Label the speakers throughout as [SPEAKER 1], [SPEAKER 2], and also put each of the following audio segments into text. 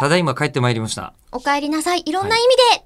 [SPEAKER 1] ただいま帰ってまいりました。
[SPEAKER 2] お帰りなさい。いろんな意味で、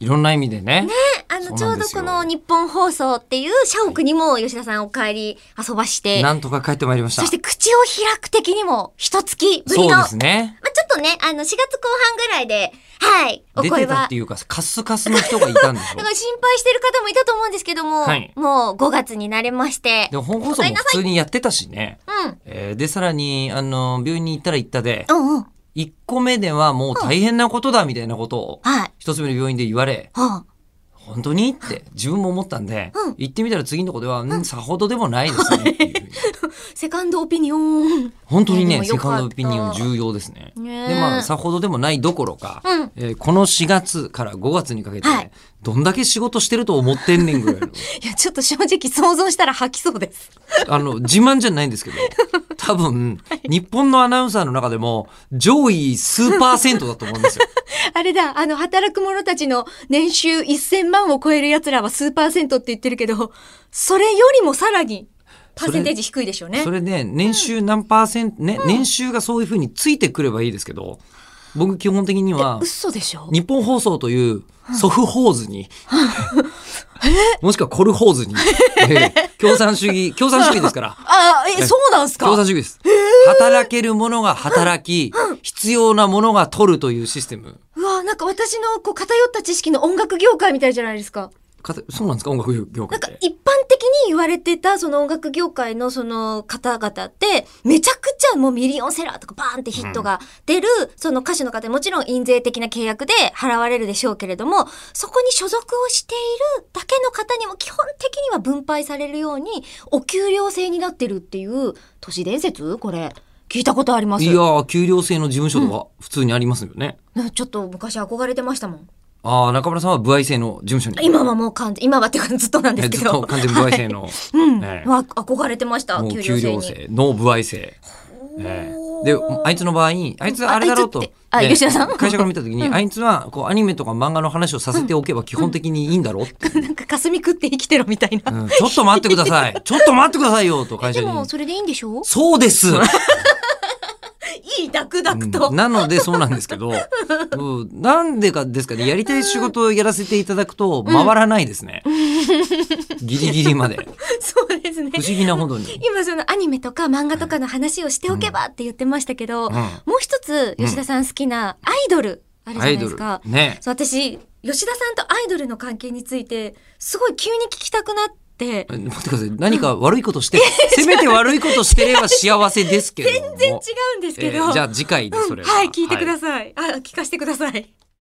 [SPEAKER 1] いろんな意味でね。
[SPEAKER 2] あの、ち
[SPEAKER 1] そうな
[SPEAKER 2] ょうんど
[SPEAKER 1] ですよ
[SPEAKER 2] この日本放送っていう社屋にも吉田さんお帰り遊ばして、
[SPEAKER 1] なんとか帰ってまいりました。
[SPEAKER 2] そして口を開く的にも一月ぶり
[SPEAKER 1] そう
[SPEAKER 2] の、
[SPEAKER 1] ですね。
[SPEAKER 2] まあ、ちょっとね、あの、4月後半ぐらいで、はい、お
[SPEAKER 1] 出
[SPEAKER 2] 声
[SPEAKER 1] てたっ
[SPEAKER 2] は
[SPEAKER 1] て。いうか、カスカスの人がいたんでしょ
[SPEAKER 2] だか。ら心配してる方もいたと思うんですけども、
[SPEAKER 1] はい
[SPEAKER 2] もう5月になれまして。
[SPEAKER 1] でも本放送も普通にやってたしね。
[SPEAKER 2] うん。
[SPEAKER 1] えーで、さらに、あの、病院に行ったら行ったで、
[SPEAKER 2] うんうん。
[SPEAKER 1] 1個目ではもう大変なことだみたいなことを、
[SPEAKER 2] はい。
[SPEAKER 1] 一つ目の病院で言われ、
[SPEAKER 2] は
[SPEAKER 1] 本当にって自分も思ったんで、
[SPEAKER 2] うん
[SPEAKER 1] 行ってみたら次のとこでは、うん、さほどでもないですねっていうふうに。
[SPEAKER 2] あ、セカンドオピニオン。
[SPEAKER 1] 本当に
[SPEAKER 2] い
[SPEAKER 1] ね、
[SPEAKER 2] やでも
[SPEAKER 1] セ
[SPEAKER 2] よかっ
[SPEAKER 1] カ
[SPEAKER 2] た
[SPEAKER 1] ンドオピニオン重要ですね。
[SPEAKER 2] ねえ
[SPEAKER 1] で、まあ、さほどでもないどころか、
[SPEAKER 2] うん
[SPEAKER 1] えーこの4月から5月にかけて、
[SPEAKER 2] はい
[SPEAKER 1] どんだけ仕事してると思ってんねん ぐらいの、
[SPEAKER 2] いや、ちょっと正直想像したら吐きそうです。
[SPEAKER 1] あの、自慢じゃないんですけど、多分、日本のアナウンサーの中でも、上位数パーセントだと思うんですよ。
[SPEAKER 2] あれだ、あの、働く者たちの年収1000万を超える奴らは数パーセントって言ってるけど、それよりもさらに、パーセンテージ低いでしょうね
[SPEAKER 1] そ。れね、年収何パーセント、ね、年収がそういうふうについてくればいいですけど、僕基本的には、
[SPEAKER 2] 嘘でしょ
[SPEAKER 1] 日本放送という祖父ホーズ に、もしくはコルホーズに、えー共産主義、共産主義ですから、
[SPEAKER 2] あ、え、 そうなんすか
[SPEAKER 1] 共産主義です。働ける者が働き、必要なものが取るというシステム。
[SPEAKER 2] うわ、なんか私のこう偏った知識の音楽業界みたいじゃないですか。
[SPEAKER 1] かたそうなんですか音楽業界
[SPEAKER 2] なん
[SPEAKER 1] って。
[SPEAKER 2] か一般的に言われてたその音楽業界のその方々ってめちゃくちゃもうミリオンセラーとかバーンってヒットが出るその歌手の方もちろん印税的な契約で払われるでしょうけれどもそこに所属をしているだけの方にも基本的には分配されるようにお給料制になってるっていう都市伝説これ聞いたことあります
[SPEAKER 1] いやー、給料制の事務所とか普通にありますよね。
[SPEAKER 2] ねちょっと昔憧れてましたもん
[SPEAKER 1] ああ、中村さんは部合制の事務所に。
[SPEAKER 2] 今はもう完全今はっていうかずっとなん
[SPEAKER 1] え
[SPEAKER 2] ですけ
[SPEAKER 1] ずっ
[SPEAKER 2] ど
[SPEAKER 1] と完全部合制の、
[SPEAKER 2] うん、
[SPEAKER 1] ええ
[SPEAKER 2] は憧れてました
[SPEAKER 1] もう
[SPEAKER 2] 給料
[SPEAKER 1] 給
[SPEAKER 2] 制
[SPEAKER 1] 料
[SPEAKER 2] に。
[SPEAKER 1] 制、ノー部合制。ええであいつの場合あいつあれだろうと
[SPEAKER 2] あいつってあ
[SPEAKER 1] ええ
[SPEAKER 2] 吉田さん
[SPEAKER 1] 会社から見た時に、あいつはこうアニメとか漫画の話をさせておけば基本的にいいんだろうって、
[SPEAKER 2] なんか霞食って生きてろみたいな。
[SPEAKER 1] うんちょっと待ってくださ いちょっと待ってくださいよと会社
[SPEAKER 2] で
[SPEAKER 1] に
[SPEAKER 2] もそれでいいんでしょ
[SPEAKER 1] そうです、
[SPEAKER 2] いいダクダク
[SPEAKER 1] うんなのでそうなんですけど、うんなんでかですかねやりたい仕事をやらせていただくと回らないですね、ギリギリ まで
[SPEAKER 2] そうですね
[SPEAKER 1] 不。思議なほどに
[SPEAKER 2] 今そのアニメとか漫画とかの話をしておけばって言ってましたけど、
[SPEAKER 1] ん
[SPEAKER 2] もう一つ吉田さん好きなアイドルあるじゃ
[SPEAKER 1] ア
[SPEAKER 2] ない
[SPEAKER 1] イ
[SPEAKER 2] で
[SPEAKER 1] ド
[SPEAKER 2] す
[SPEAKER 1] ル
[SPEAKER 2] か。
[SPEAKER 1] ね
[SPEAKER 2] そう私吉田さんとアイドルの関係についてすごい急に聞きたくなって。
[SPEAKER 1] え待ってください何か悪いこと して、せめて悪いことしてれば幸せですけれども
[SPEAKER 2] 全然違うんですけど。
[SPEAKER 1] えーじゃあ次回でそれ
[SPEAKER 2] うんはい、聞いてくだ
[SPEAKER 1] い、
[SPEAKER 2] さい。あ、聞かせてください。